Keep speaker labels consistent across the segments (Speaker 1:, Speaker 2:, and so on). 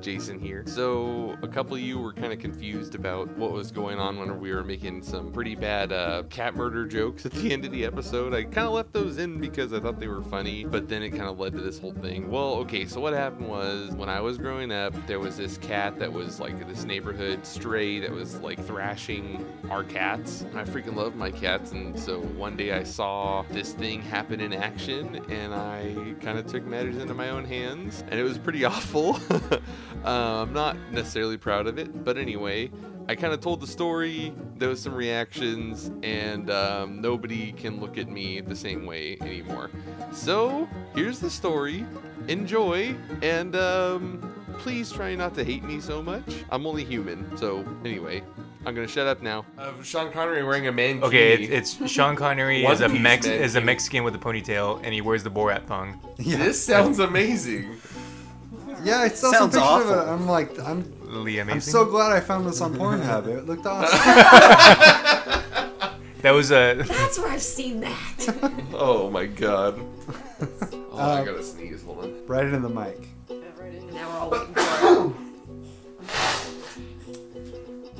Speaker 1: Jason here. So, a couple of you were kind of confused about what was going on when we were making some pretty bad uh, cat murder jokes at the end of the episode. I kind of left those in because I thought they were funny, but then it kind of led to this whole thing. Well, okay, so what happened was when I was growing up, there was this cat that was like this neighborhood stray that was like thrashing our cats. I freaking love my cats, and so one day I saw this thing happen in action, and I kind of took matters into my own hands, and it was pretty awful. uh, I'm not necessarily proud of it, but anyway, I kind of told the story. There was some reactions, and um, nobody can look at me the same way anymore. So here's the story. Enjoy, and um, please try not to hate me so much. I'm only human. So anyway, I'm gonna shut up now. Of Um, Sean Connery wearing a man.
Speaker 2: Okay, it's, it's Sean Connery
Speaker 1: One
Speaker 2: is a
Speaker 1: Piece
Speaker 2: Mex
Speaker 1: man
Speaker 2: is a
Speaker 1: cave.
Speaker 2: Mexican with a ponytail, and he wears the Borat thong.
Speaker 1: this sounds amazing.
Speaker 3: Yeah, I saw
Speaker 4: Sounds
Speaker 3: some pictures of it.
Speaker 4: awful.
Speaker 3: I'm like, I'm,
Speaker 2: Really amazing.
Speaker 3: I'm so glad I found this on Pornhub. It looked awesome.
Speaker 2: that was a
Speaker 5: That's where I've seen that.
Speaker 1: Oh my god. Oh, I
Speaker 3: Um,
Speaker 1: gotta sneeze. Hold on.
Speaker 3: right into the mic.
Speaker 5: now we're all waiting for it.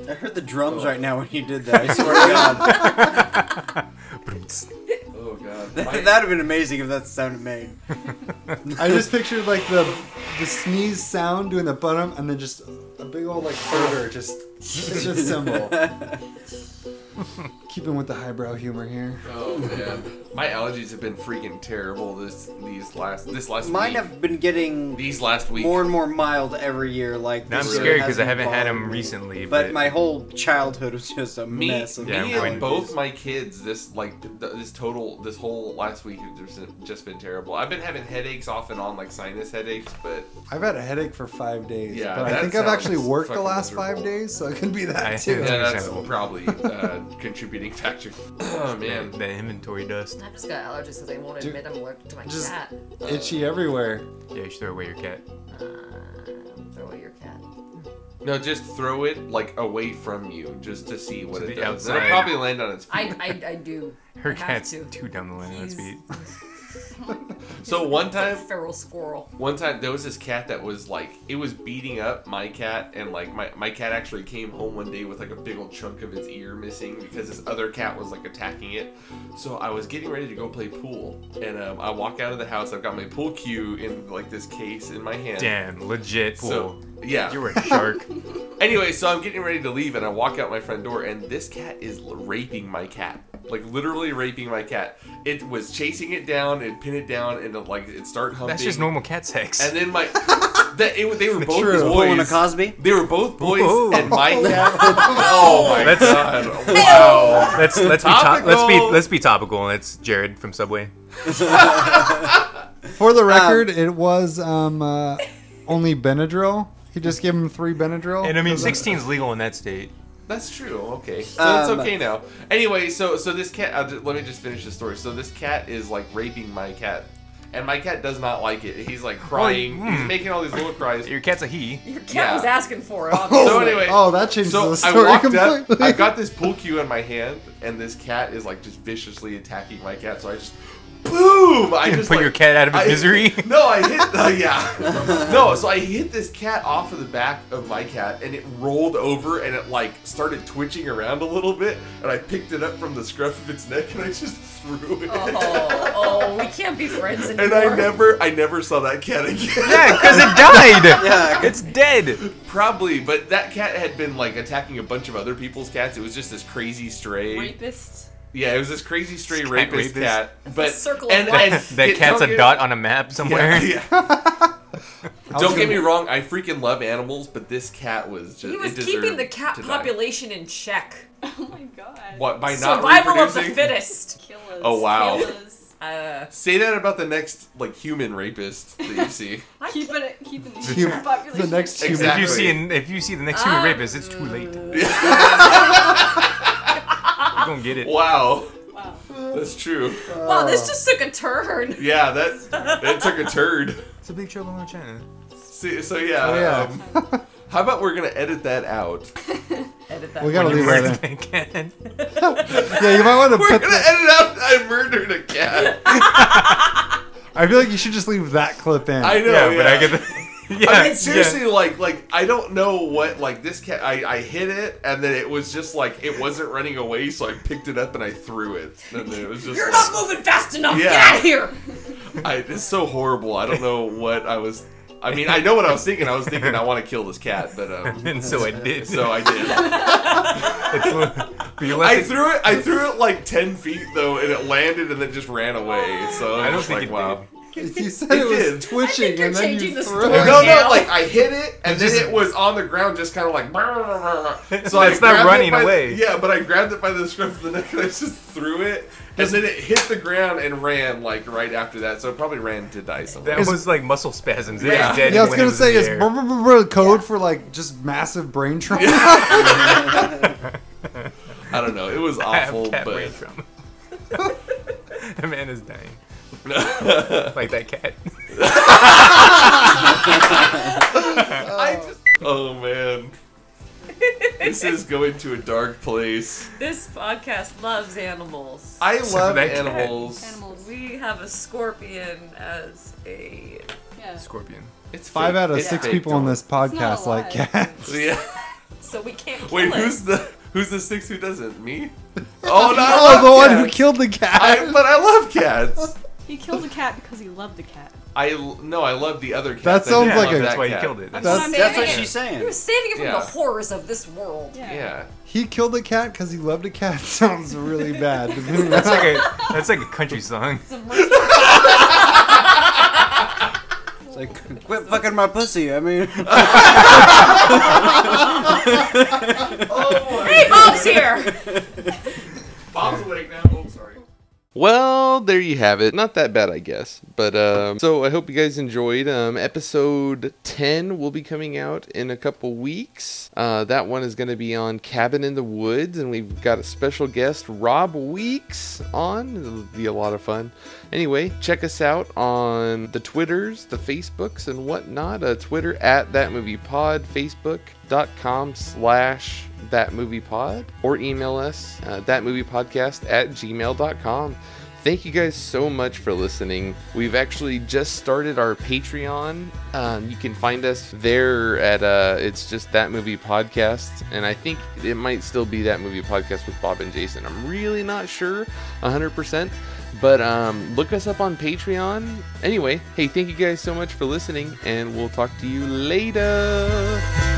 Speaker 4: I heard the drums right now when you did that. I swear to God.
Speaker 1: Oh god.
Speaker 4: That would have been amazing if that sounded made.
Speaker 3: I just pictured like the the sneeze sound doing the bottom, and then just a big old like further, just it's just symbol. Keeping with the highbrow humor here.
Speaker 1: Oh man. My allergies have been freaking terrible this these last this last
Speaker 4: Mine
Speaker 1: week.
Speaker 4: have been getting
Speaker 1: these last week.
Speaker 4: more and more mild every year. Like
Speaker 2: now I'm
Speaker 4: this year
Speaker 2: scared
Speaker 4: has
Speaker 2: because I
Speaker 4: been
Speaker 2: haven't had
Speaker 4: bothering
Speaker 2: him
Speaker 4: me.
Speaker 2: recently.
Speaker 4: But my whole childhood was just a
Speaker 1: me,
Speaker 4: mess of
Speaker 1: me
Speaker 2: Yeah,
Speaker 1: and
Speaker 2: mine-
Speaker 1: both my kids this like th- th- this total this whole last week has just- just been terrible. I've been having headaches off and on like sinus headaches, but
Speaker 3: I've had a headache for five days,
Speaker 1: Yeah,
Speaker 3: but I
Speaker 1: that
Speaker 3: think I've actually
Speaker 1: sounds
Speaker 3: worked the
Speaker 1: fucking
Speaker 3: last five
Speaker 1: miserable.
Speaker 3: days, so it could be
Speaker 2: I-
Speaker 3: that too.
Speaker 1: yeah, that's
Speaker 2: understandable.
Speaker 1: probably uh, contributing factor. Oh
Speaker 2: man,
Speaker 1: man.
Speaker 2: the inventory dust.
Speaker 5: I've just got allergies because I won't
Speaker 3: Dude,
Speaker 5: admit I'm allergic to my
Speaker 3: just-
Speaker 5: cat.
Speaker 3: Itchy everywhere.
Speaker 2: Yeah, you should throw away your cat.
Speaker 5: Uh, throw away your cat.
Speaker 1: No, just throw it like away from you just to see what
Speaker 2: To
Speaker 1: it
Speaker 2: the
Speaker 1: does.
Speaker 2: outside.
Speaker 1: It'll probably land on its feet.
Speaker 5: I, I, I do.
Speaker 2: Her
Speaker 5: I have
Speaker 2: cat's
Speaker 5: to.
Speaker 2: too dumb to land on its
Speaker 5: He's-
Speaker 2: feet.
Speaker 1: so one time
Speaker 5: Feral squirrel.
Speaker 1: One time there was this cat that was like it was beating up my cat and like my, my cat actually came home one day with like a big old chunk of its ear missing because this other cat was like attacking it. So I was getting ready to go play pool and um, I walk out of the house, I've got my pool cue in like this case in my hand.
Speaker 2: Damn, legit fool.
Speaker 1: So yeah.
Speaker 2: you were a shark.
Speaker 1: Anyway, so I'm getting ready to leave, and I walk out my front door, and this cat is l- raping my cat. Like literally raping my cat. It was chasing it down and pin it down, and it, like it start humping.
Speaker 2: That's just normal cat sex.
Speaker 1: And then my, that it, they were both
Speaker 3: True.
Speaker 4: Pulling a
Speaker 1: boys.
Speaker 4: Cosby.
Speaker 1: They were both boys,
Speaker 2: Whoa.
Speaker 1: and my cat. oh my
Speaker 2: That's-
Speaker 1: god! Wow.
Speaker 2: let's let's be top, let's be
Speaker 1: Topical.
Speaker 2: let's be topical. And it's Jared from Subway.
Speaker 3: For
Speaker 1: Um,
Speaker 3: the record, it was um, uh, only Benadryl. He just gave him three Benadryl.
Speaker 2: And I mean,
Speaker 3: It was like-
Speaker 2: 16 is legal in that state.
Speaker 1: That's true. Okay, so it's
Speaker 4: Um,
Speaker 1: okay now. Anyway, so so this cat. I'll just, let me just finish the story. So this cat is like raping my cat, and my cat does not like it. He's like crying.
Speaker 2: Oh,
Speaker 1: He's
Speaker 2: mm.
Speaker 1: making all these little cries.
Speaker 2: Your cat's a he.
Speaker 5: Your cat
Speaker 1: Yeah.
Speaker 5: was asking for it, obviously.
Speaker 1: So anyway,
Speaker 3: Oh, that changes
Speaker 1: So
Speaker 3: the
Speaker 1: I
Speaker 3: story
Speaker 1: walked
Speaker 3: completely.
Speaker 1: up. I got this pool cue in my hand, and this cat is like just viciously attacking my cat. So I just, boom! I
Speaker 2: You
Speaker 1: just
Speaker 2: put
Speaker 1: like-
Speaker 2: your cat out of his
Speaker 1: I-
Speaker 2: misery.
Speaker 1: No, I hit. Uh, yeah. No, so I hit this cat off of the back of my cat, and it rolled over, and it like started twitching around a little bit, and I picked it up from the scruff of its neck, and I just threw it.
Speaker 5: Oh, oh, we can't be friends anymore.
Speaker 1: And I never, I never saw that cat again.
Speaker 2: yeah, because it died.
Speaker 4: Yeah.
Speaker 2: it's dead.
Speaker 1: Probably, but that cat had been like attacking a bunch of other people's cats. It was just this crazy stray.
Speaker 5: Rapist.
Speaker 1: Yeah, it was this crazy stray
Speaker 2: Cat
Speaker 1: rapist,
Speaker 2: rapist.
Speaker 1: cat. But
Speaker 5: circle of
Speaker 1: and,
Speaker 5: life.
Speaker 1: and
Speaker 2: That
Speaker 1: it-
Speaker 2: cat's
Speaker 1: don't
Speaker 2: a
Speaker 1: get-
Speaker 2: dot on a map somewhere.
Speaker 1: Yeah, yeah.
Speaker 3: I was
Speaker 1: don't get
Speaker 3: gonna-
Speaker 1: me wrong, I freaking love animals, but this cat was just
Speaker 5: He was
Speaker 1: it deserved
Speaker 5: keeping the cat
Speaker 1: to die.
Speaker 5: population in check.
Speaker 6: Oh my god.
Speaker 1: What by not
Speaker 5: Survival of the
Speaker 1: reproducing?
Speaker 5: fittest.
Speaker 6: Kill us.
Speaker 1: Oh, wow.
Speaker 6: Kill us.
Speaker 5: Uh,
Speaker 1: Say that about the next like human rapist that you see.
Speaker 5: I
Speaker 6: Keep it, keep it
Speaker 3: You-
Speaker 6: the population.
Speaker 3: the next human.
Speaker 2: If
Speaker 1: Exactly.
Speaker 2: you see an, if you see the next human
Speaker 5: Um,
Speaker 2: rapist, it's too late. You're gonna get it.
Speaker 1: wow,
Speaker 6: Wow.
Speaker 1: that's true.
Speaker 5: Wow, this just took a turn.
Speaker 1: Yeah, that that took a turd.
Speaker 2: It's a big trouble in China.
Speaker 1: See, so yeah.
Speaker 3: Oh, yeah.
Speaker 1: um, how about we're gonna edit that out?
Speaker 5: Edit that.
Speaker 3: We gotta
Speaker 2: You
Speaker 3: leave
Speaker 2: murdered
Speaker 3: that
Speaker 2: that cat.
Speaker 3: in. Yeah, you might want to
Speaker 1: We're
Speaker 3: put.
Speaker 1: gonna
Speaker 3: That,
Speaker 1: edit out. I murdered a cat.
Speaker 3: I feel like you should just leave that clip in.
Speaker 1: I know.
Speaker 2: Yeah, but I
Speaker 1: yeah.
Speaker 2: get the.
Speaker 7: I
Speaker 2: Yeah,
Speaker 7: mean, seriously,
Speaker 2: yeah.
Speaker 7: like, like I don't know what, like, this cat. I, I hit it, and then it was just like it wasn't running away, so I picked it up and I threw it, and then it was just.
Speaker 5: You're
Speaker 7: like,
Speaker 5: not moving fast enough. Get
Speaker 7: Yeah.
Speaker 5: out of here.
Speaker 7: I, it's so horrible. I don't know what I was. I mean, I know what I was thinking. I was thinking I want to kill this cat, but um,
Speaker 2: and so I did.
Speaker 7: so I did.
Speaker 2: but you left
Speaker 7: I
Speaker 2: it-
Speaker 7: threw it. I threw it like ten feet though, and it landed and then just ran away. So I
Speaker 2: I don't
Speaker 7: was just like,
Speaker 2: think it
Speaker 7: wow.
Speaker 3: You said
Speaker 7: It
Speaker 3: it, was
Speaker 7: did.
Speaker 3: twitching,
Speaker 5: I think you're
Speaker 3: and then
Speaker 5: changing
Speaker 3: you
Speaker 5: the
Speaker 3: threw
Speaker 5: story.
Speaker 3: it.
Speaker 7: No,
Speaker 5: Yeah.
Speaker 7: no, like I hit it, and then
Speaker 2: just-
Speaker 7: it was on the ground, just kind of like. So
Speaker 2: It's not
Speaker 7: grabbed it
Speaker 2: running
Speaker 7: by the-
Speaker 2: away.
Speaker 7: yeah, but I grabbed it by the scruff of the neck and I just threw it, and then it hit the ground and ran like right after that. So it probably ran to die somewhere.
Speaker 2: That was like muscle spasms. It was
Speaker 7: Yeah.
Speaker 2: dead
Speaker 3: Yeah, I was
Speaker 2: when it
Speaker 3: gonna say
Speaker 2: in
Speaker 3: it's
Speaker 2: the
Speaker 3: br-
Speaker 2: air.
Speaker 3: br- br- br- code for like just massive brain trauma.
Speaker 7: I don't know. It was
Speaker 2: I have
Speaker 7: awful,
Speaker 2: cat
Speaker 7: but.
Speaker 2: brain trauma. that man is dying. like that cat.
Speaker 7: I just. Oh man. this is going to a dark place.
Speaker 5: This podcast loves animals.
Speaker 7: I
Speaker 2: So
Speaker 7: love
Speaker 2: that cat-
Speaker 7: animals.
Speaker 6: Animals.
Speaker 5: We have a scorpion as a.
Speaker 6: Yeah.
Speaker 2: Scorpion.
Speaker 7: It's
Speaker 3: Five
Speaker 7: fake.
Speaker 3: out of
Speaker 7: It's
Speaker 3: six
Speaker 7: fake,
Speaker 3: people on
Speaker 7: don't-
Speaker 3: this podcast like
Speaker 6: alive.
Speaker 3: cats.
Speaker 7: Yeah.
Speaker 5: So we can't kill
Speaker 7: Wait,
Speaker 5: it.
Speaker 7: who's the who's the six who doesn't? Me? Oh no! I
Speaker 3: Oh,
Speaker 7: love
Speaker 3: the one who
Speaker 7: cats.
Speaker 3: killed the cat.
Speaker 7: I, but I love cats.
Speaker 6: He killed a cat because he loved the cat.
Speaker 7: I l- no, I love the other cat.
Speaker 3: That sounds
Speaker 2: Yeah,
Speaker 3: like a-
Speaker 2: that's why he killed it.
Speaker 5: I'm
Speaker 3: That's-
Speaker 5: saving
Speaker 4: That's what
Speaker 5: it.
Speaker 4: she's
Speaker 5: He
Speaker 4: saying.
Speaker 5: was saving it from
Speaker 7: Yeah.
Speaker 5: the horrors of this world.
Speaker 7: Yeah.
Speaker 3: He killed a cat because he loved a cat. Sounds really bad.
Speaker 2: That's like a that's like a country song.
Speaker 5: Some ritual-
Speaker 4: It's like, quit fucking my pussy. I mean,
Speaker 5: hey, Bob's here.
Speaker 7: Bob's awake now. Oh, sorry.
Speaker 1: Well, there you have it. Not that bad, I guess. But um, so I hope you guys enjoyed. Um, episode ten will be coming out in a couple weeks. Uh, that one is going to be on Cabin in the Woods, and we've got a special guest, Rob Weeks, on. It'll be a lot of fun. Anyway, check us out on the Twitters, the Facebooks, and whatnot. Uh, Twitter at that movie pod, Facebook.com slash that movie pod, or email us uh, that movie podcast at gmail.com. Thank you guys so much for listening. We've actually just started our Patreon. Um, you can find us there at uh, it's just that movie podcast, and I think it might still be that movie podcast with Bob and Jason. I'm really not sure, 100. percent but um, look us up on Patreon. Anyway, hey, thank you guys so much for listening, and we'll talk to you later.